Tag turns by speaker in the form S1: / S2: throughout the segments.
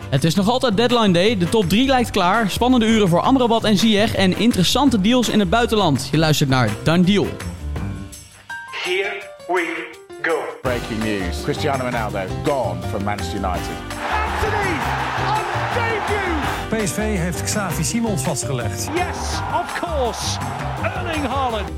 S1: Het is nog altijd deadline day. De top 3 lijkt klaar. Spannende uren voor Amrabat en Ziyech. En interessante deals in het buitenland. Je luistert naar Dan Deal.
S2: Here we go.
S3: Breaking news Cristiano Ronaldo gone from Manchester United.
S4: Anthony on debut.
S5: PSV heeft Xavi Simons vastgelegd.
S4: Yes, of course. Erling Haaland.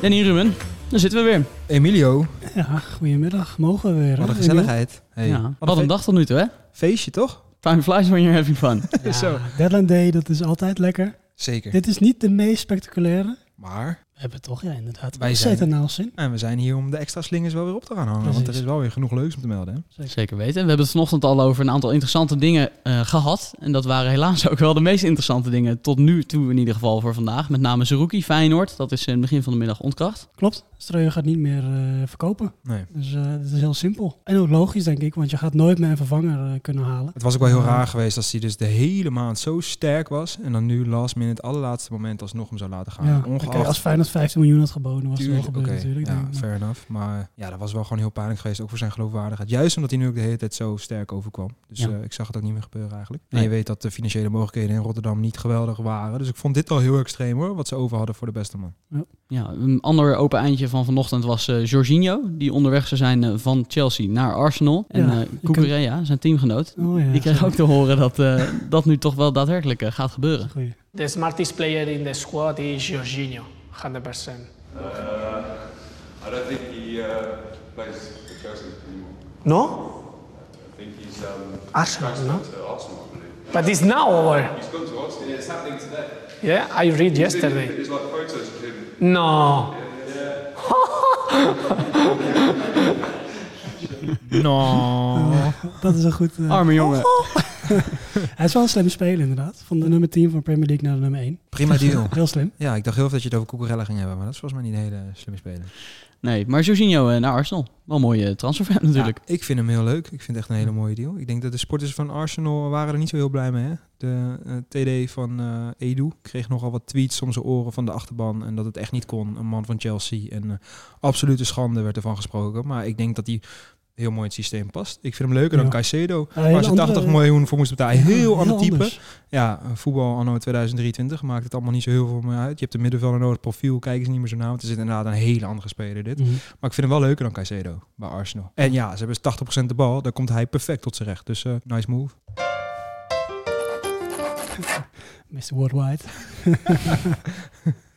S1: Danny Ruben, daar zitten we weer.
S6: Emilio,
S7: Ja, goedemiddag. Mogen we weer.
S6: wat
S7: hè,
S6: een gezelligheid. Hey.
S7: Emiel? Ja.
S1: Wat een dag tot nu toe, hè?
S6: Feestje toch?
S1: Time flies when you're having fun.
S7: Ja, Deadline Day, dat is altijd lekker.
S6: Zeker.
S7: Dit is niet de meest spectaculaire.
S6: Maar,
S7: We hebben toch, ja, inderdaad.
S6: Wij
S7: Wij zijn er
S6: zijn-
S7: naals in.
S6: en we zijn hier om de extra slingers wel weer op te gaan hangen. Want er
S7: Precies.
S6: is wel weer genoeg leuks om te melden. Hè?
S1: Zeker weten. We hebben het vanochtend al over een aantal interessante dingen eh, gehad. En dat waren helaas ook wel de meest interessante dingen tot nu toe in ieder geval voor vandaag. Met name Zerouki, Feyenoord. Dat is in het begin van de middag ontkracht.
S7: Klopt. Streuer gaat niet meer eh, verkopen.
S6: Nee.
S7: Dus eh, dat is heel simpel. En ook logisch, denk ik, want je gaat nooit meer een vervanger eh, kunnen halen.
S6: Het was ook wel heel raar geweest als hij dus de hele maand zo sterk was. En dan nu last minute, allerlaatste moment alsnog hem zou laten gaan.
S7: Ja. Oké,
S6: Ah, Ongeacht.
S7: als Feyenoord 15 miljoen had geboden, was het wel
S6: Tuurlijk,
S7: gebeurd
S6: oké,
S7: natuurlijk.
S6: ja,
S7: denk ik. Maar-
S6: fair enough. Maar ja, dat was wel gewoon heel pijnlijk geweest, ook voor zijn geloofwaardigheid. Juist omdat hij nu ook de hele tijd zo sterk overkwam. Dus
S7: Ja.
S6: eh, ik zag het ook niet meer gebeuren eigenlijk. En
S1: Nee.
S6: je weet dat de financiële mogelijkheden in Rotterdam niet geweldig waren. Dus ik vond dit al heel extreem hoor, wat ze over hadden voor de beste man.
S1: Ja, een ander open eindje van vanochtend was eh Jorginho. Die onderweg zou zijn eh, van Chelsea naar Arsenal. En
S7: Ja,
S1: eh Cucurella, zijn teamgenoot.
S7: Oh ja.
S1: Die kreeg ook te horen dat eh, dat nu toch wel daadwerkelijk eh, gaat gebeuren.
S7: Goeie.
S8: The smartest player in the squad is Jorginho, 100%.
S9: Uh, I don't think he uh, plays for Chelsea anymore.
S8: No?
S9: I think he's um,
S8: Arsenal, no?
S9: to Arsenal, I believe.
S8: But it's now over.
S9: He's gone to Arsenal. Yeah, it's happening today.
S8: Yeah, I read yesterday.
S9: There's like photos of him.
S8: No.
S6: No.
S7: Dat is een goed... eh,
S1: Arme jongen.
S7: Hij is wel een slimme speler, inderdaad. Van de nummer 10 van Premier League naar de nummer 1.
S6: Prima deal.
S7: Heel slim.
S6: Ja, ik dacht heel veel dat je het over Cucurella ging hebben, maar dat is volgens mij niet een hele slimme speler.
S1: Nee, maar Jorginho eh, naar Arsenal. Wel een mooie transfer natuurlijk.
S6: Ja, ik vind hem heel leuk. Ik vind het echt een hele mooie deal. Ik denk dat de sporters van Arsenal waren er niet zo heel blij mee. Hè? De eh, TD van eh Edu kreeg nogal wat tweets om zijn oren van de achterban. En dat het echt niet kon. Een man van Chelsea. En eh, absolute schande werd ervan gesproken. Maar ik denk dat hij heel mooi in het systeem past. Ik vind hem leuker dan
S7: Ja.
S6: Caicedo.
S7: hele
S6: Waar ze
S7: andere-
S6: 80 miljoen voor moesten betalen. Heel ander type.
S7: anders.
S6: Ja, voetbal anno 2023 maakt het allemaal niet zo heel veel meer uit. Je hebt een middenvelder nodig, profiel, kijken ze niet meer zo naar. Want er zit inderdaad een hele andere speler dit.
S7: Mhm.
S6: Maar ik vind hem wel leuker dan Caicedo bij Arsenal. En ja, ze hebben 80% de bal. Daar komt hij perfect tot zijn recht. Dus eh, nice move.
S7: Mr. Worldwide.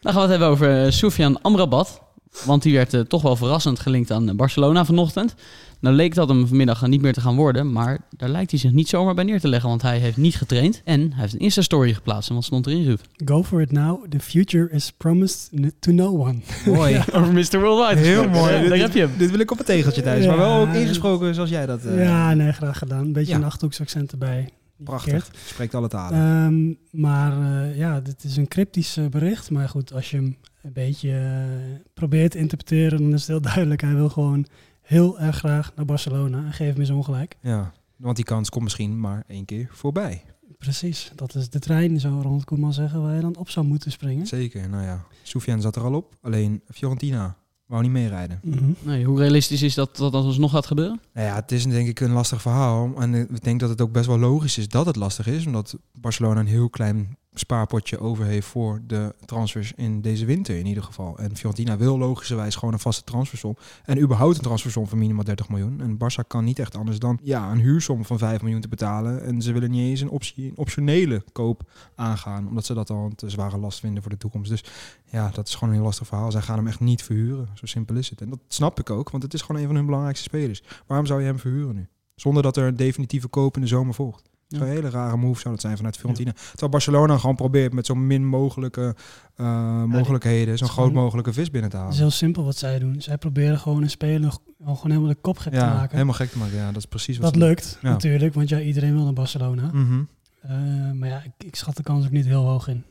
S1: Dan gaan we het hebben over eh, Soufiane Amrabat. Want die werd eh, toch wel verrassend gelinkt aan eh, Barcelona vanochtend. Nou leek dat hem vanmiddag eh, niet meer te gaan worden. Maar daar lijkt hij zich niet zomaar bij neer te leggen. Want hij heeft niet getraind. En hij heeft een Insta-story geplaatst. En wat stond erin, Ruud?
S7: Go for it now. The future is promised n- to no one.
S6: Mooi.
S1: Over Mr. Worldwide.
S6: Heel mooi.
S1: Ja, daar heb je hem.
S6: Dit wil ik op een tegeltje thuis. Maar wel ook
S7: Ja.
S6: ingesproken zoals jij dat... eh,
S7: ja, nee, graag gedaan. Een beetje
S6: ja.
S7: een achterhoeksaccent erbij. Niet
S6: Prachtig.
S7: verkeerd.
S6: Spreekt alle talen.
S7: Ehm, maar eh, ja, dit is een cryptisch eh, bericht. Maar goed, als je hem een beetje eh, probeert te interpreteren, dan is het heel duidelijk. Hij wil gewoon heel erg graag naar Barcelona. En geef hem eens ongelijk.
S6: Ja. Want die kans komt misschien maar één keer voorbij.
S7: Precies, dat is de trein, zou Ronald Koeman zeggen, waar je dan op zou moeten springen.
S6: Zeker. Nou ja. Soufiane zat er al op. Alleen Fiorentina wou niet meerijden.
S7: Mhm.
S1: Nee, hoe realistisch is dat dat dat alsnog gaat gebeuren?
S6: Nou ja, het is denk ik een lastig verhaal. En eh, ik denk dat het ook best wel logisch is dat het lastig is. Omdat Barcelona een heel klein spaarpotje over heeft voor de transfers in deze winter in ieder geval. En Fiorentina wil logischerwijs gewoon een vaste transfersom. En überhaupt een transfersom van minimaal 30 miljoen. En Barça kan niet echt anders dan ja, een huursom van 5 miljoen te betalen. En ze willen niet eens een, optie, een optionele koop aangaan. Omdat ze dat al een te zware last vinden voor de toekomst. Dus ja, dat is gewoon een heel lastig verhaal. Zij gaan hem echt niet verhuren. Zo simpel is het. En dat snap ik ook, want het is gewoon een van hun belangrijkste spelers. Waarom zou je hem verhuren nu? Zonder dat er een definitieve koop in de zomer volgt. Dat
S1: Ja.
S6: is Een hele rare move zou dat zijn vanuit Fiorentina. Terwijl Barcelona gewoon probeert met zo min mogelijke eh, mogelijkheden... zo'n
S7: is
S6: groot
S7: gewoon-
S6: mogelijke vis binnen te
S7: Het is
S6: halen.
S7: heel simpel wat zij doen. Zij proberen gewoon een speler g- gewoon helemaal de kop gek te
S6: Ja,
S7: maken.
S6: helemaal gek te maken. Ja, dat is precies wat
S7: Dat
S6: ze doen.
S7: lukt
S6: Ja.
S7: natuurlijk, want ja, iedereen wil naar Barcelona.
S6: Mhm.
S7: Eh, maar ja, ik, ik schat de kans ook niet heel hoog in.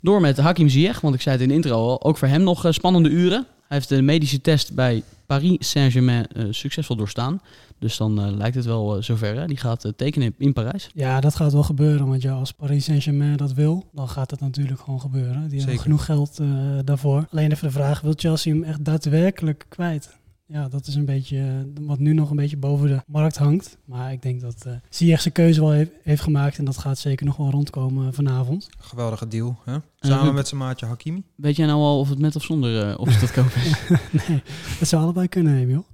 S1: Door met Hakim Ziyech, want ik zei het in de intro al, ook voor hem nog eh, spannende uren. Hij heeft de medische test bij Paris Saint-Germain eh, succesvol doorstaan. Dus dan eh, lijkt het wel eh, zover. Hè? Die gaat eh, tekenen in, in Parijs.
S7: Ja, dat gaat wel gebeuren, want ja, als Paris Saint-Germain dat wil, dan gaat dat natuurlijk gewoon gebeuren. Die
S6: Zeker.
S7: hebben genoeg geld eh, daarvoor. Alleen even de vraag, wil Chelsea hem echt daadwerkelijk kwijt? ja, dat is een beetje eh, wat nu nog een beetje boven de markt hangt. Maar ik denk dat eh Ziyech zijn keuze wel heeft, heeft gemaakt. En dat gaat zeker nog wel rondkomen eh, vanavond.
S6: Geweldige deal. Hè? Samen
S1: Ruud-
S6: met zijn maatje Hakimi.
S1: Weet jij nou al of het met of zonder eh, optie tot koop is?
S7: nee, dat zou allebei kunnen, Emiel.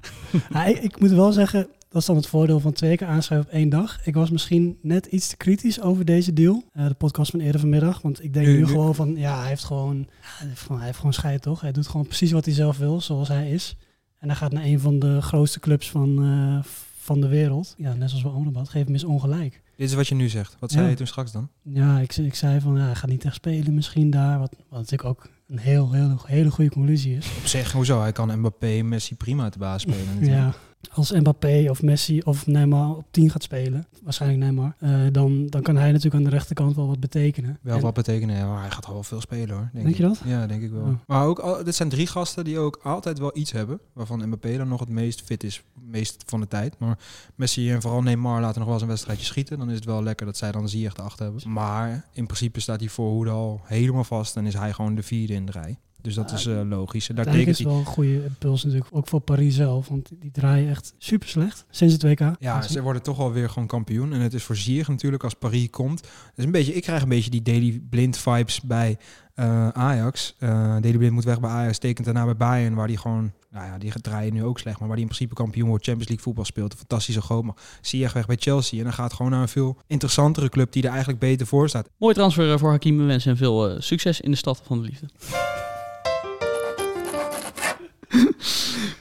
S7: Maar ik, ik moet wel zeggen, dat is dan het voordeel van twee keer aanschuiven op één dag. Ik was misschien net iets te kritisch over deze deal. eh, de podcast van eerder vanmiddag. Want ik denk
S6: Nu-
S7: nu
S6: nu-
S7: gewoon van, ja, hij heeft gewoon, ja, hij heeft gewoon, hij heeft gewoon scheid, toch? Hij doet gewoon precies wat hij zelf wil, zoals hij is. En hij gaat naar een van de grootste clubs van, eh, van de wereld. Ja, net zoals bij Amrabat. Geef hem eens ongelijk.
S6: Dit is wat je nu zegt. Wat zei
S7: Ja.
S6: je toen straks dan?
S7: Ja, ik, ze- ik zei van, ja, hij gaat niet echt spelen misschien daar. Wat, wat natuurlijk ook een heel, heel, hele goede conclusie is.
S6: Op zich, hoezo? Hij kan Mbappé Messi prima uit de baas spelen. natuurlijk.
S7: Ja, als Mbappé of Messi of Neymar op 10 gaat spelen, waarschijnlijk Neymar, eh, dan, dan kan hij natuurlijk aan de rechterkant wel wat betekenen.
S6: Wel
S7: En-
S6: wat betekenen, ja, maar hij gaat wel veel spelen hoor. Denk,
S7: Denk
S6: ik.
S7: je dat?
S6: Ja, denk ik wel.
S7: Oh.
S6: Maar ook, al- dit zijn drie gasten die ook altijd wel iets hebben. Waarvan Mbappé dan nog het meest fit is, meest van de tijd. Maar Messi en vooral Neymar laten nog wel eens een wedstrijdje schieten. Dan is het wel lekker dat zij dan Ziyech erachter hebben. Maar in principe staat die voorhoede al helemaal vast en is hij gewoon de vierde in de rij. Dus dat
S7: Ah,
S6: is eh, logisch. En Daar
S7: Uiteindelijk
S6: tekent
S7: is
S6: hij.
S7: wel een goede impuls natuurlijk, ook voor Paris zelf, want die draaien echt super slecht sinds het WK.
S6: Ja, ze worden toch alweer gewoon kampioen. En het is voor Ziyech natuurlijk als Paris komt. Dus een beetje, ik krijg een beetje die Daily Blind vibes bij eh, Ajax. Eh Daily Blind moet weg bij Ajax, tekent daarna bij Bayern, waar die gewoon, nou ja, die draaien nu ook slecht, maar waar die in principe kampioen wordt, Champions League voetbal speelt, een fantastische goal. Maar Ziyech weg bij Chelsea en dan gaat gewoon naar een veel interessantere club die er eigenlijk beter voor staat.
S1: Mooi transfer eh, voor Hakim. We wensen hem veel eh, succes in de stad van de liefde.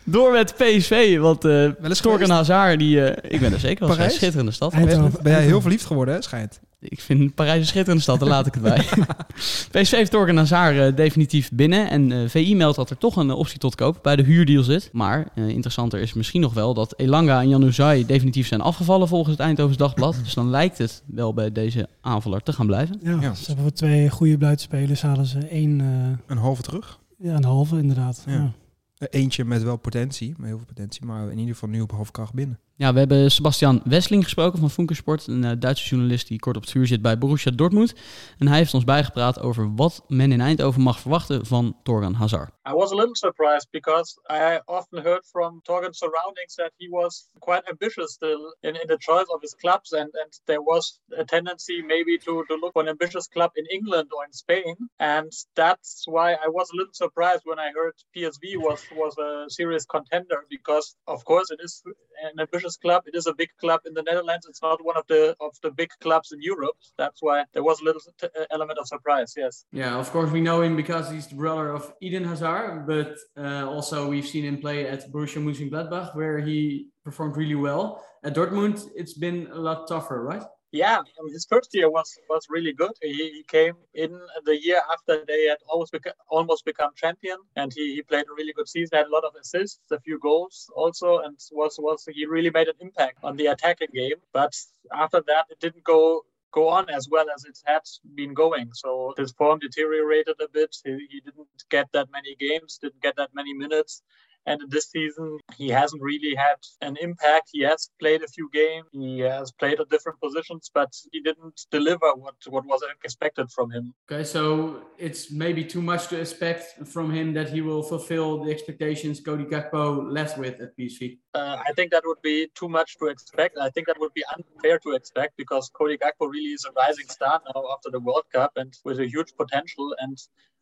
S1: Door met PSV, want eh
S6: Wel eens
S1: Stork en
S6: geweest?
S1: Hazard, die, eh, ik ben er zeker wel.
S6: Parijs?
S1: Een schitterende stad.
S7: Eindhoven.
S6: Ben jij Eh, heel verliefd geworden, hè? Schijnt.
S1: Ik vind Parijs een schitterende stad, daar laat ik het bij. PSV heeft Tork en Hazard eh, definitief binnen. En eh, VI meldt dat er toch een eh, optie tot koop bij de huurdeal zit. Maar eh, interessanter is misschien nog wel dat Elanga en Jan Uzai definitief zijn afgevallen volgens het Eindhovens Dagblad. Dus dan lijkt het wel bij deze aanvaller te gaan blijven.
S7: Ja,
S6: Ja.
S7: ze hebben voor twee goede buitenspelers halen ze één, eh,
S6: Een halve terug.
S7: ja, een halve inderdaad.
S6: Ja.
S7: Ja.
S6: Eh, Eentje met wel potentie, met heel veel potentie, maar in ieder geval nu op half kracht binnen.
S1: Ja, we hebben Sebastian Wessling gesproken van Funkersport, een eh, Duitse journalist die kort op het vuur zit bij Borussia Dortmund. En hij heeft ons bijgepraat over wat men in Eindhoven mag verwachten van Torgan Hazard.
S2: I was a little surprised because I often heard from Torgan's surroundings that he was quite ambitious still in, in the choice of his clubs, and, and there was a tendency maybe to, to look for an ambitious club in England or in Spain. And that's why I was a little surprised when I heard PSV was, was a serious contender because, of course, it is an ambitious club. It is a big club in the Netherlands. It's not one of the, of the big clubs in Europe. That's why there was a little t- uh, element of surprise, yes.
S10: Yeah, of course we know him because he's the brother of Eden Hazard, but uh, also we've seen him play at Borussia Mönchengladbach where he performed really well. At Dortmund, it's been a lot tougher, right?
S2: Yeah, um, his first year was was really good. He, he came in the year after they had almost beca- almost become champion, and he, he played a really good season. Had a lot of assists, a few goals also, and was was he really made an impact on the attacking game. But after that, it didn't go go on as well as it had been going. So his form deteriorated a bit. He, he didn't get that many games, didn't get that many minutes. And in this season, he hasn't really had an impact. He has played a few games. He has played at different positions, but he didn't deliver what, what was expected from him.
S10: Okay, so it's maybe too much to expect from him that he will fulfill the expectations Cody Gakpo left with at PSV.
S2: Uh, I think that would be too much to expect. I think that would be unfair to expect because Cody Gakpo really is a rising star now after the World Cup and with a huge potential. And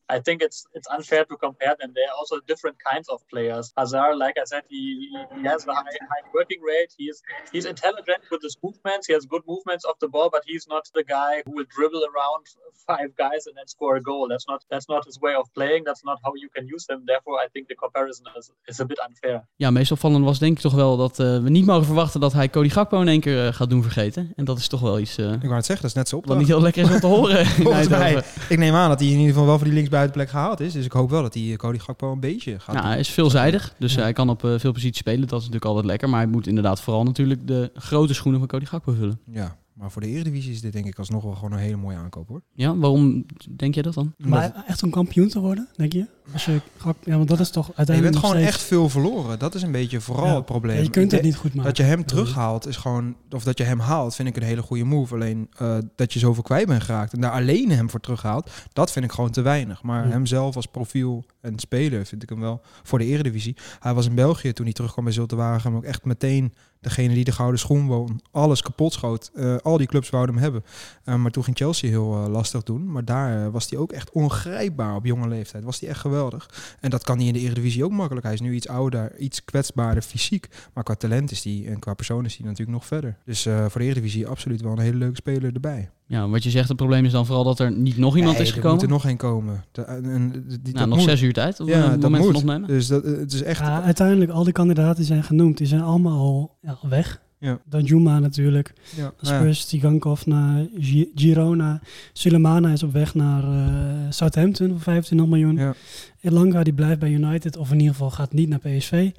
S2: I think it's it's unfair to compare them. They are also different kinds of players. Hazard, like I said, he, he has a high, high working rate. He is he's intelligent with his movements. He has good movements of the ball, but he's not the guy who will dribble around five guys and then score a goal. That's not that's not his way of playing. That's not how you can use him. Therefore, I think the comparison is, is a bit unfair.
S1: Ja, meest opvallend was denk ik toch wel dat eh, we niet mogen verwachten dat hij Cody Gakpo in één keer eh, gaat doen vergeten. En dat is toch wel iets eh,
S6: Ik wou het zeggen, dat is net zo op.
S1: wat niet heel lekker is om te horen. in
S6: Volgens mij.
S1: Eindhoven.
S6: Ik neem aan dat hij in ieder geval wel voor die linksbuitenplek gehaald is. Dus ik hoop wel dat die eh, Cody Gakpo een beetje gaat.
S1: Ja, hij is veelzijdig, dus eh, hij kan op eh, veel posities spelen. Dat is natuurlijk altijd lekker. Maar hij moet inderdaad vooral natuurlijk de grote schoenen van Cody Gakpo vullen.
S6: Ja. Maar voor de Eredivisie is dit denk ik alsnog wel gewoon een hele mooie aankoop hoor.
S1: Ja, waarom denk jij dat dan?
S6: Omdat-
S7: Maar echt om kampioen te worden, denk je? Als je gehakt- ja, want dat is toch
S6: je
S7: uiteindelijk
S6: bent gewoon
S7: nog
S6: echt
S7: steeds-
S6: veel verloren. Dat is een beetje vooral
S7: Ja.
S6: het probleem.
S7: Ja, je kunt het
S6: Ik denk-
S7: niet goed maken.
S6: Dat je hem terughaalt is gewoon, of dat je hem haalt, vind ik een hele goede move. Alleen eh, dat je zoveel kwijt bent geraakt en daar alleen hem voor terughaalt, dat vind ik gewoon te weinig. Maar
S7: Ja.
S6: hem zelf als profiel en speler vind ik hem wel voor de Eredivisie. Hij was in België toen hij terugkwam bij Zulte Waregem ook echt meteen degene die de gouden schoen won. Alles kapot schoot. Eh, al die clubs wouden hem hebben. Eh, maar toen ging Chelsea heel eh, lastig doen. Maar daar eh, was hij ook echt ongrijpbaar op jonge leeftijd. Was hij echt geweldig. En dat kan hij in de Eredivisie ook makkelijk. Hij is nu iets ouder, iets kwetsbaarder fysiek. Maar qua talent is die en qua persoon is die natuurlijk nog verder. Dus eh, voor de Eredivisie absoluut wel een hele leuke speler erbij.
S1: Ja, wat je zegt, het probleem is dan vooral dat er niet nog iemand
S6: Nee,
S1: is
S6: Er
S1: gekomen.
S6: moet er nog één komen. De- en- en- eh, die- dat
S1: nou, nog
S6: moet.
S1: zes uur tijd op
S6: Ja,
S1: het
S6: dat
S1: moment van
S6: moet.
S1: opnemen.
S6: Dus dat, eh, het is echt...
S7: Ja, uiteindelijk, al die kandidaten die zijn genoemd, die zijn allemaal al, ja, al weg.
S6: Ja.
S7: Dan Juma natuurlijk,
S6: ja, nou ja.
S7: Spurs, Tigankov naar Gi- Girona. Sulemana is op weg naar eh, Southampton voor 25 miljoen.
S6: Ja.
S7: Elanga die blijft bij United, of in ieder geval gaat niet naar PSV.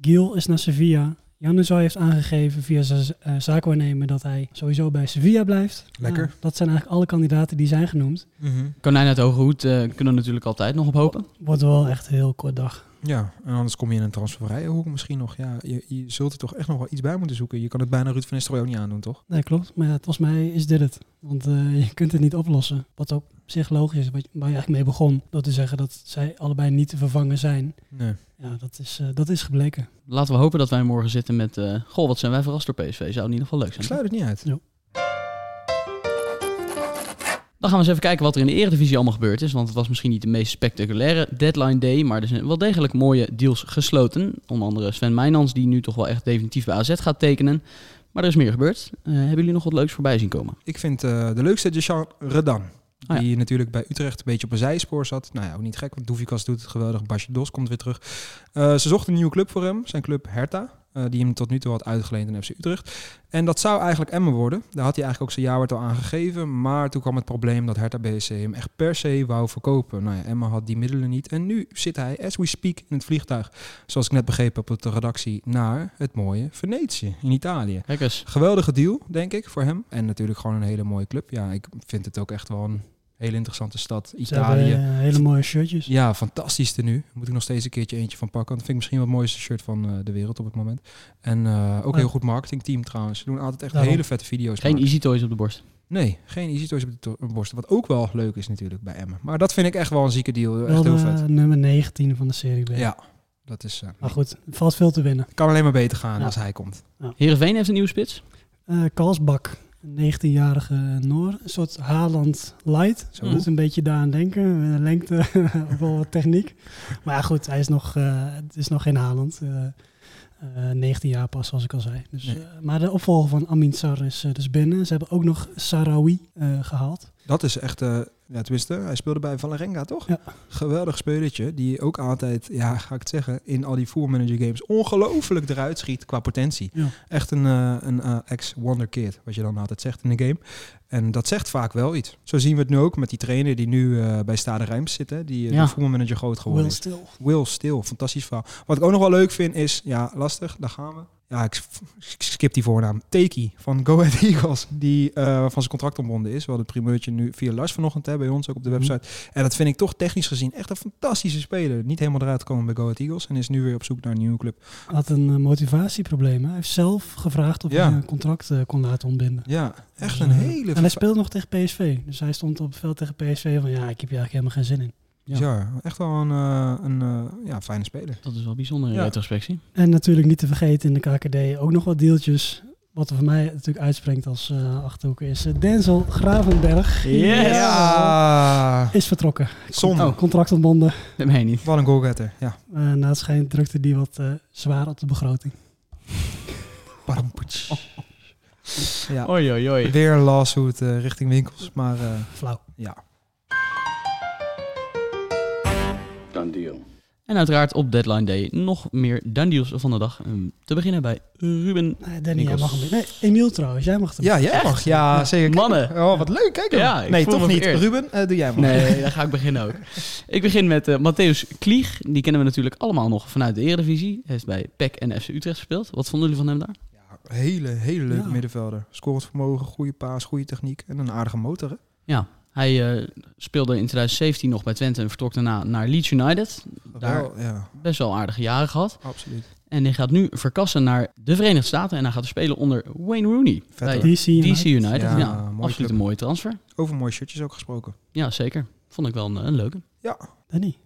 S7: Giel is naar Sevilla. Januzaj heeft aangegeven via zijn z- eh, zaakwaarnemer dat hij sowieso bij Sevilla blijft.
S6: Lekker.
S7: Nou, dat zijn eigenlijk alle kandidaten die zijn genoemd.
S6: Mhm.
S1: Konijn uit Hoge Hoed eh, kunnen we natuurlijk altijd nog op hopen.
S7: Wordt wel echt een heel kort dag.
S6: Ja, en anders kom je in een transfervrije hoek misschien nog. Ja, je, je zult er toch echt nog wel iets bij moeten zoeken. Je kan het bijna Ruud van Nistelrooy ook niet aandoen, toch?
S7: Nee, klopt. Maar ja, volgens mij is dit het. Want eh, je kunt het niet oplossen. Wat ook op zich logisch is, wat- waar je eigenlijk mee begon. Door te zeggen dat zij allebei niet te vervangen zijn.
S6: Nee.
S7: Ja, dat is, eh, dat is gebleken.
S1: Laten we hopen dat wij morgen zitten met... eh, goh, wat zijn wij verrast door PSV. Zou in ieder geval leuk
S6: Ik
S1: zijn.
S6: sluit het niet uit.
S1: Dan gaan we eens even kijken wat er in de Eredivisie allemaal gebeurd is. Want het was misschien niet de meest spectaculaire deadline day. Maar er zijn wel degelijk mooie deals gesloten. Onder andere Sven Meijnans, die nu toch wel echt definitief bij AZ gaat tekenen. Maar er is meer gebeurd. Eh, hebben jullie nog wat leuks voorbij zien komen?
S6: Ik vind eh, de leukste Jean Redan.
S1: Ah, ja.
S6: Die natuurlijk bij Utrecht een beetje op een zijspoor zat. Nou ja, ook niet gek, want Doevikas doet het geweldig. Basje Dos komt weer terug. Eh, ze zochten een nieuwe club voor hem, zijn club Hertha. eh, die hem tot nu toe had uitgeleend aan FC Utrecht. En dat zou eigenlijk Emmen worden. Daar had hij eigenlijk ook zijn jaarwoord al aan gegeven. Maar toen kwam het probleem dat Hertha BSC hem echt per se wou verkopen. Nou ja, Emmen had die middelen niet. En nu zit hij, as we speak, in het vliegtuig. Zoals ik net begrepen heb op de redactie. Naar het mooie Venetië in Italië.
S1: Kijk eens.
S6: Geweldige deal, denk ik, voor hem. En natuurlijk gewoon een hele mooie club. Ja, ik vind het ook echt wel een hele interessante stad.
S7: Ze hebben
S6: Italië.
S7: eh, hele mooie shirtjes.
S6: Ja, fantastisch tenue. Moet ik nog steeds een keertje eentje van pakken. Want dat vind ik misschien wel het mooiste shirt van eh, de wereld op het moment. En eh, ook een
S7: Ja.
S6: heel goed marketingteam trouwens. Ze doen altijd echt
S7: Daarom.
S6: hele vette video's.
S1: Geen
S6: maken.
S1: easy toys op de borst.
S6: Nee, geen easy toys op de to- borst. Wat ook wel leuk is natuurlijk bij Emmen. Maar dat vind ik echt wel een zieke deal.
S7: Wel
S6: Echt heel
S7: de
S6: vet.
S7: nummer 19 van de Serie B.
S6: Ja, dat is... eh,
S7: Maar goed, er valt veel te winnen.
S6: kan alleen maar beter gaan
S7: Ja.
S6: als hij komt.
S1: Heerenveen heeft een nieuwe spits.
S7: Eh Kalsbak, een 19-jarige Noor. Een soort Haaland light.
S6: Zo.
S7: Zo doet een beetje daaraan denken. Eh, Lengte, ook wel wat techniek. Maar ja, goed, hij is nog, eh, het is nog geen Haaland. Eh, eh, 19 jaar pas, zoals ik al zei. Dus,
S6: Nee.
S7: eh, maar de opvolger van Amin Sar is eh, dus binnen. Ze hebben ook nog Sarawi eh, gehaald.
S6: Dat is echt, eh ja, tenminste, hij speelde bij Valerenga, toch?
S7: Ja.
S6: Geweldig spelertje, die ook altijd, ja, ga ik het zeggen, in al die voermanager games ongelooflijk eruit schiet qua potentie.
S7: Ja.
S6: Echt een, eh, een eh, ex-wonder kid, wat je dan altijd zegt in de game. En dat zegt vaak wel iets. Zo zien we het nu ook met die trainer die nu eh, bij Stade Rijms zit, hè, die eh,
S1: Ja.
S6: de voermanager groot geworden
S7: Will
S6: is.
S7: Still.
S6: Will Stil, fantastisch verhaal. Wat ik ook nog wel leuk vind is, ja, lastig, daar gaan we. Ja, ik s- ik skip die voornaam. Takey van Go Ahead Eagles, die eh, van zijn contract ontbonden is. We hadden het primeurtje nu via Lars vanochtend hè, bij ons ook op de
S7: Mhm.
S6: website. En dat vind ik toch technisch gezien echt een fantastische speler. Niet helemaal eruit gekomen bij Go Ahead Eagles en is nu weer op zoek naar een nieuwe club.
S7: Had een eh, motivatieprobleem. hè. Hij heeft zelf gevraagd of
S6: Ja.
S7: hij een contract eh, kon laten ontbinden.
S6: Ja, echt
S7: Dus,
S6: een
S7: eh,
S6: hele...
S7: En hij speelde nog tegen PSV. Dus hij stond op het veld tegen PSV van ja, ik heb hier eigenlijk helemaal geen zin in.
S6: Bizar. Echt wel een, eh, een eh, ja, fijne speler.
S1: Dat is wel bijzonder in
S6: Ja.
S1: retrospectie.
S7: En natuurlijk niet te vergeten in de KKD ook nog wat deeltjes. Wat er voor mij natuurlijk uitspringt als eh achterhoeker is eh, Denzel Gravenberg. Ja.
S6: Ja!
S7: Is vertrokken.
S6: Zonde.
S7: Oh, Contract ontbonden.
S1: Dat meen je niet.
S6: Wat een goalgetter. Ja.
S7: Eh na het schijnt drukte die wat eh, zwaar op de begroting.
S6: Padampoets. Ja.
S1: Oei, oei, oei.
S6: Weer lawsuit eh, richting winkels, maar eh,
S7: Flauw.
S6: ja.
S1: En uiteraard op deadline day nog meer dan deals van de dag. Ehm, te beginnen bij Ruben.
S7: Nee, Danny, jij
S1: Nikkels.
S7: mag hem niet. Nee, Emiel trouwens, jij mag hem.
S6: Ja, jij mag. Ja, zeker. Kijk.
S1: Mannen.
S6: Oh, wat leuk. Kijk hem.
S1: Ja, ik
S6: nee,
S1: voel
S6: toch
S1: me
S6: niet.
S1: vereerd.
S6: Ruben, eh, doe jij maar.
S1: Nee, daar ga ik beginnen ook. Ik begin met eh Matthäus Klieg. E Die kennen we natuurlijk allemaal nog vanuit de Eredivisie. Hij is bij PEC en FC Utrecht gespeeld. Wat vonden jullie van hem daar?
S6: Ja, Hele, hele leuke
S7: Ja.
S6: middenvelder. Scorend vermogen, goede paas, goede techniek en een aardige motor. Hè?
S1: Ja, hij eh, speelde in 2017 nog bij Twente en vertrok daarna naar Leeds United. Daar-
S6: Wel, ja,
S1: Best wel aardige jaren gehad.
S6: absoluut.
S1: En hij gaat nu verkassen naar de Verenigde Staten. En hij gaat er spelen onder Wayne Rooney.
S6: Vet
S1: bij
S6: hoor.
S7: DC United.
S1: DC United.
S6: Ja,
S1: Ja,
S6: mooi
S1: absoluut
S6: club.
S1: een mooie transfer.
S6: Over mooie shirtjes ook gesproken.
S1: Ja, zeker. Vond ik wel een, een leuke.
S7: Danny.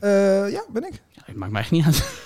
S6: Eh, ja, ben ik.
S1: Ja, het maakt mij echt niet uit.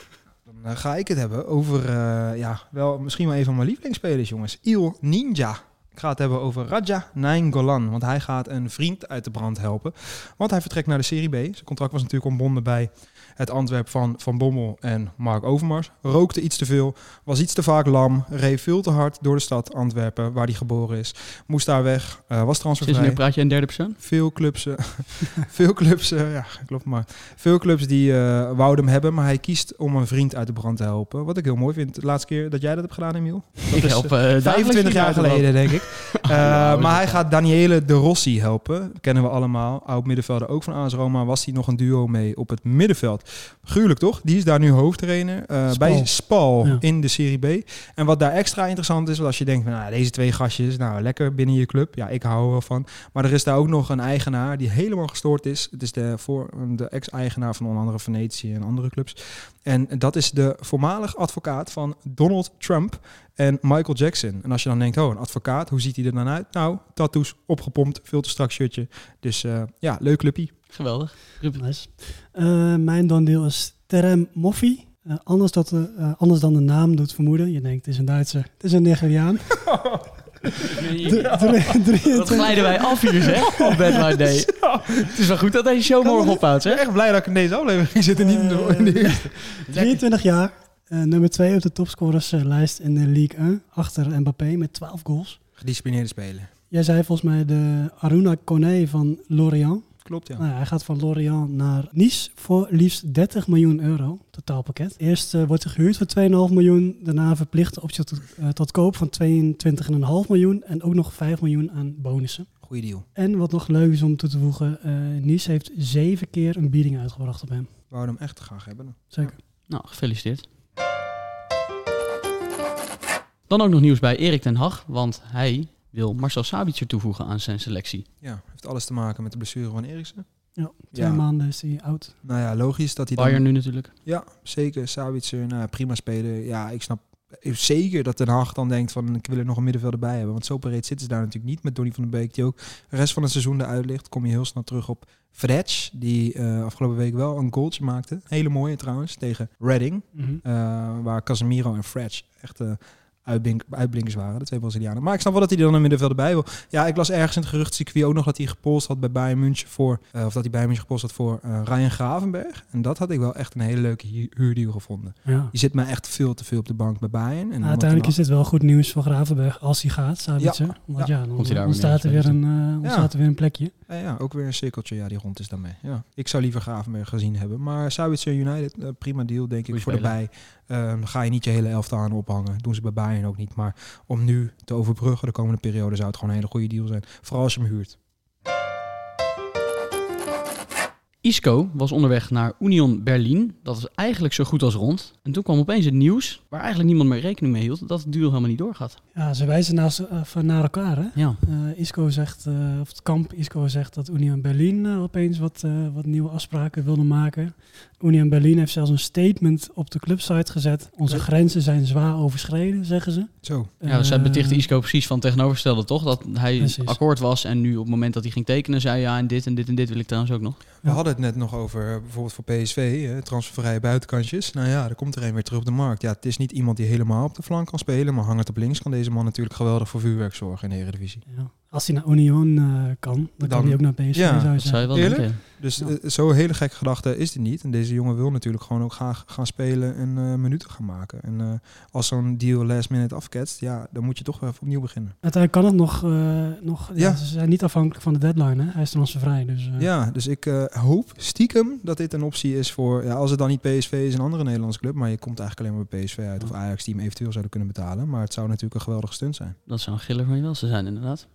S6: Dan eh, ga ik het hebben over, eh, ja, wel misschien wel een van mijn lievelingsspelers, jongens. Il Ninja. Ik ga het hebben over Raja Nainggolan, want hij gaat een vriend uit de brand helpen. Want hij vertrekt naar de Serie B. Zijn contract was natuurlijk ontbonden bij het Antwerp van Van Bommel en Mark Overmars. Rookte iets te veel, was iets te vaak lam, reed veel te hard door de stad Antwerpen, waar hij geboren is. Moest daar weg, eh, was
S1: Sinds
S6: transfervrij
S1: nu praat je in derde persoon.
S6: veel clubs, eh, veel clubs, eh, ja, klopt maar. Veel clubs die eh wouden hem hebben, maar hij kiest om een vriend uit de brand te helpen. Wat ik heel mooi vind. De laatste keer dat jij dat hebt gedaan, Emiel.
S1: ik
S6: is,
S1: help
S6: eh,
S1: eh, dagelijks
S6: 25 jaar
S1: iemand.
S6: geleden, denk ik. Eh,
S1: nou,
S6: maar
S1: dat-
S6: hij gaat Daniele De Rossi helpen. Kennen we allemaal. Oud middenvelder ook van AS Roma. Was hij nog een duo mee op het middenveld. Gruwelijk toch? Die is daar nu hoofdtrainer. eh,
S7: Spal.
S6: Bij Spal
S7: Ja.
S6: in de Serie B. En wat daar extra interessant is. Als je denkt, van, nou, deze twee gastjes. Nou, lekker binnen je club. Ja, ik hou er wel van. Maar er is daar ook nog een eigenaar die helemaal gestoord is. Het is de, voor, de ex-eigenaar van onder andere Venetië en andere clubs. En dat is de voormalig advocaat van Donald Trump en Michael Jackson. En als je dan denkt, oh, een advocaat, hoe ziet hij er dan uit? Nou, tattoos, opgepompt, veel te strak shirtje. Dus eh, ja, leuk clubje.
S1: Geweldig. Ruben.
S7: Nice. Eh, mijn dondeel is Terem Moffi. Eh, anders, dat de- eh, anders dan de naam doet vermoeden. Je denkt, het is een Duitser, het is een Nigeriaan. Drie-
S1: Wat
S7: 23
S1: glijden wij af hier, zeg. Op Bad Light Day. Het is wel goed dat deze show morgen ophoudt,
S6: Ik
S1: hè?
S6: ben echt blij dat ik in deze aflevering zit en niet in de, in de eerste.
S7: 23 jaar, eh, nummer 2 op de topscorerslijst in de League 1. Achter Mbappé met 12 goals.
S6: Gedisciplineerde spelen.
S7: Jij zei volgens mij de Aruna Kone van Lorient.
S6: Klopt, ja.
S7: Nou ja, hij gaat van Lorient naar Nice voor liefst 30 miljoen euro, totaalpakket. Eerst eh, wordt hij gehuurd voor 2,5 miljoen, daarna verplicht optie tot, eh, tot koop van 22,5 miljoen en ook nog 5 miljoen aan bonussen.
S6: Goeie deal.
S7: En wat nog leuk is om toe te voegen, eh, Nice heeft zeven keer een bieding uitgebracht op hem.
S6: We hem echt graag hebben.
S7: Zeker.
S1: Nou, gefeliciteerd. Dan ook nog nieuws bij Erik ten Hag, want hij wil Marcel Sabitzer toevoegen aan zijn selectie.
S6: Ja, heeft alles te maken met de blessure van Eriksen.
S7: Ja, twee
S6: Ja.
S7: maanden is hij oud.
S6: Nou ja, logisch dat hij dan...
S1: Bayern nu natuurlijk.
S6: Ja, zeker. Sabitzer, nou, ja, prima spelen. Ja, ik snap zeker dat Den Haag dan denkt van ik wil er nog een middenvelder bij hebben. Want zo breed zitten ze daar natuurlijk niet met Donny van den Beek die ook de rest van het seizoen eruit ligt. Kom je heel snel terug op Fredge, die eh, afgelopen week wel een goaltje maakte. Hele mooie trouwens, tegen Reading. eh, waar Casemiro en Fredge echt... eh, uitblink- uitblinkers waren, de twee Brazilianen. Maar ik snap wel dat hij er dan een middenvelder bij wil. Ja, ik las ergens in het geruchtcircuit ook nog dat hij gepolst had bij Bayern München voor, eh, of dat hij Bayern München gepolst had voor eh, Ryan Gravenberg. En dat had ik wel echt een hele leuke hu- huurdeal gevonden.
S7: Ja.
S6: Je zit mij echt veel te veel op de bank bij Bayern. En
S7: Nou, uiteindelijk is dit wel goed nieuws voor Gravenberg als hij gaat, Sabitzer.
S6: Ja.
S7: Want ja,
S1: Komt hij
S7: dan
S1: daar
S7: ontstaat er,
S1: weer
S7: weer een, eh,
S6: Ja.
S7: ontstaat er weer een plekje.
S6: Eh, ja, ook weer een cirkeltje ja, die rond is daarmee. Ja. Ik zou liever Gravenberg gezien hebben. Maar Sabitzer United, eh, prima deal denk ik
S1: Goeie
S6: voor erbij. Ehm, ga je niet je hele elftal aan ophangen. Doen ze bij Bayern ook niet. Maar om nu te overbruggen de komende periode zou het gewoon een hele goede deal zijn. Vooral als je hem huurt.
S1: Isco was onderweg naar Union Berlin. Dat was eigenlijk zo goed als rond. En toen kwam opeens het nieuws, waar eigenlijk niemand meer rekening mee hield, dat het duel helemaal niet doorgaat.
S7: Ja, ze wijzen naast, eh, naar elkaar, hè?
S1: Ja,
S7: Eh, Isco zegt, eh, of het kamp Isco zegt dat Union Berlin eh, opeens wat, eh, wat nieuwe afspraken wilde maken. Union Berlin heeft zelfs een statement op de clubsite gezet. Onze grenzen zijn zwaar overschreden, zeggen ze.
S6: Zo,
S1: ja dus hij
S7: Eh,
S1: betichtte Isco precies van het tegenovergestelde, toch? Dat hij
S7: Precies.
S1: akkoord was en nu op het moment dat hij ging tekenen zei, ja, en dit en dit en dit wil ik trouwens ook nog.
S6: we
S7: Ja.
S6: hadden het net nog over eh, bijvoorbeeld voor PSV, eh, transfervrije buitenkantjes. Nou ja, er komt er een weer terug op de markt. Ja, het is niet iemand die helemaal op de flank kan spelen, maar hangend op links kan deze man natuurlijk geweldig voor vuurwerk zorgen in de Eredivisie.
S7: Ja. Als hij naar Union eh, kan, dan,
S6: Dan-
S7: kan hij ook naar PSV,
S6: ja,
S1: Dat
S7: zou je zeggen.
S1: zou je wel
S6: Eerlijk?
S1: denken.
S6: Dus
S7: Ja.
S6: eh, zo'n hele gekke gedachte is dit niet. En deze jongen wil natuurlijk gewoon ook graag gaan spelen en eh, minuten gaan maken. En eh, als zo'n deal last minute afketst, ja, dan moet je toch wel even opnieuw beginnen.
S7: Uiteindelijk kan het nog. eh, nog ja.
S6: Ja.
S7: ze zijn niet afhankelijk van de deadline, hè? Hij is transfervrij, dus... eh,
S6: Ja, dus ik eh, hoop stiekem dat dit een optie is voor, ja, als het dan niet PSV is, een andere Nederlandse club. Maar je komt eigenlijk alleen maar bij PSV uit of Ajax die hem eventueel zouden kunnen betalen. Maar het zou natuurlijk een geweldige stunt zijn.
S1: Dat zou een giller van je welste zijn, inderdaad.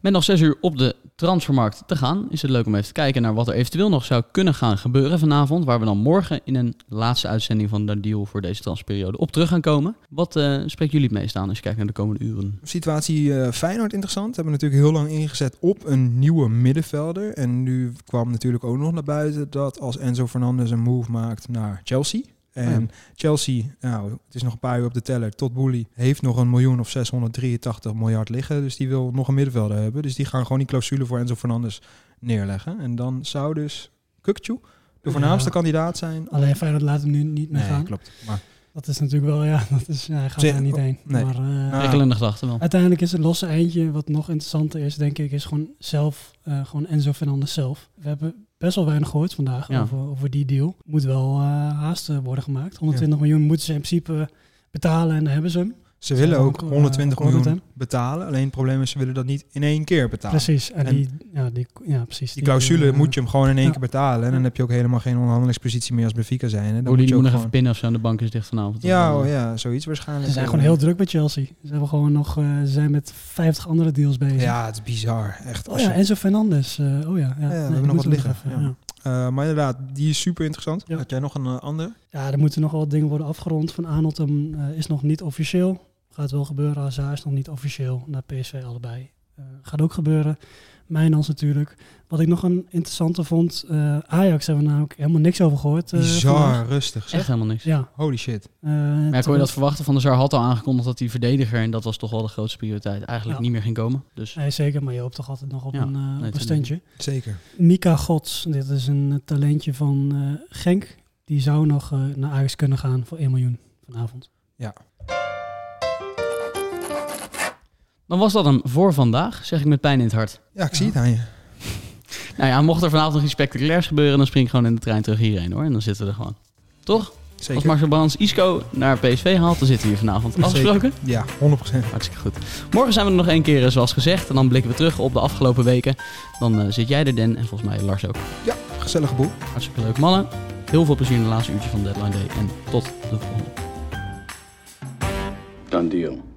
S1: Met nog zes uur op de transfermarkt te gaan, is het leuk om even te kijken naar wat er eventueel nog zou kunnen gaan gebeuren vanavond. Waar we dan morgen in een laatste uitzending van de deal voor deze transperiode op terug gaan komen. Wat eh, spreekt jullie het meest aan als je kijkt naar de komende uren?
S6: Situatie eh Feyenoord interessant. Hebben natuurlijk heel lang ingezet op een nieuwe middenvelder. En nu kwam natuurlijk ook nog naar buiten dat als Enzo Fernandez een move maakt naar Chelsea. En
S1: Oh
S6: Chelsea, nou, het is nog een paar uur op de teller. Tot Boelie heeft nog een miljoen of 683 miljard liggen. Dus die wil nog een middenvelder hebben. Dus die gaan gewoon die clausule voor Enzo Fernandez neerleggen. En dan zou dus Kukcu de voornaamste
S7: Ja.
S6: kandidaat zijn.
S7: Alleen Feyenoord laat hem nu niet meer
S6: Nee,
S7: gaan.
S6: klopt. Maar
S7: Dat is natuurlijk wel, ja, dat is, ja hij gaat
S6: Zeg-
S7: daar niet heen.
S6: nee.
S7: Maar, eh,
S6: Nou,
S1: Prikkelende gedachten wel.
S7: Uiteindelijk is het losse eindje, wat nog interessanter is, denk ik, is gewoon zelf, eh gewoon Enzo Fernandez zelf. We hebben best wel weinig gehoord vandaag
S1: Ja.
S7: over, over die deal. Moet wel eh, haast eh, worden gemaakt. 120 miljoen moeten ze in principe betalen en dan hebben ze hem.
S6: ze willen
S7: Zijn
S6: ook
S7: ook, eh,
S6: 120
S7: akkoord met
S6: miljoen betalen. Alleen het probleem is, ze willen dat niet in één keer betalen.
S7: Precies. En,
S6: En
S7: die, ja, die, ja, precies.
S6: Die clausule
S7: eh,
S6: moet je hem gewoon in één
S7: ja.
S6: keer betalen. En dan heb je ook helemaal geen onderhandelingspositie meer als Benfica zijn. Hè. Dan
S1: Hoe die
S6: je
S1: moet
S6: ook
S1: nog even
S6: gewoon-
S1: pinnen of zo aan de bank is dicht vanavond.
S6: Ja,
S1: Dan,
S6: oh
S1: eh,
S6: ja, zoiets waarschijnlijk.
S7: Ze zijn gewoon heel druk met Chelsea. Ze hebben gewoon nog, eh, ze zijn met 50 andere deals bezig.
S6: Ja, het is bizar. Echt.
S7: Oh
S6: als je-
S7: ja, Enzo Fernandez. eh, oh ja, ja.
S6: we
S7: Nee,
S6: hebben
S7: die
S6: nog wat
S7: moeten we
S6: liggen,
S7: even,
S6: ja.
S7: ja.
S6: Eh, maar inderdaad, die is super interessant.
S7: Ja.
S6: Had jij nog een eh, andere?
S7: Ja, er moeten nog wel wat dingen worden afgerond. Van Aneltum eh, is nog niet officieel. Gaat wel gebeuren. Hazard is nog niet officieel. Naar PSV allebei. Eh, gaat ook gebeuren. Mijnans natuurlijk. Wat ik nog een interessante vond. eh, Ajax hebben we namelijk helemaal niks over gehoord. eh, vandaag.
S6: Bizar, rustig. zeg.
S1: Echt helemaal niks.
S7: Ja.
S6: Holy shit.
S7: eh,
S1: Maar ja, kon je
S7: terwijl-
S1: dat verwachten? Van der Sar had al aangekondigd dat die verdediger, en dat was toch wel de grootste prioriteit, eigenlijk
S7: Ja.
S1: niet meer ging komen. Dus
S7: Nee, zeker. Maar je hoopt toch altijd nog op
S1: Ja,
S7: een, eh, op een
S1: tuurlijk.
S7: standje.
S6: Zeker.
S7: Mika Gods. Dit is een eh, talentje van eh, Genk. Die zou nog eh, naar Ajax kunnen gaan voor 1 miljoen vanavond.
S1: dan was dat hem voor vandaag, zeg ik met pijn in het hart.
S6: Ja, ik zie het aan je.
S1: Nou ja, mocht er vanavond nog iets spectaculairs gebeuren, dan spring ik gewoon in de trein terug hierheen hoor. En dan zitten we er gewoon. Toch? Als
S6: Zeker.
S1: Max Brands Isco naar PSV haalt, dan zitten we hier vanavond. Afgesproken?
S6: Ja, 100%.
S1: Hartstikke goed. Morgen zijn we er nog één keer, eh, zoals gezegd. En dan blikken we terug op de afgelopen weken. Dan eh, zit jij er, Den, en volgens mij Lars ook.
S6: Ja, gezellige boel.
S1: Hartstikke leuk, mannen. Heel veel plezier in de laatste uurtje van Deadline Day. En tot de volgende.
S11: Done deal.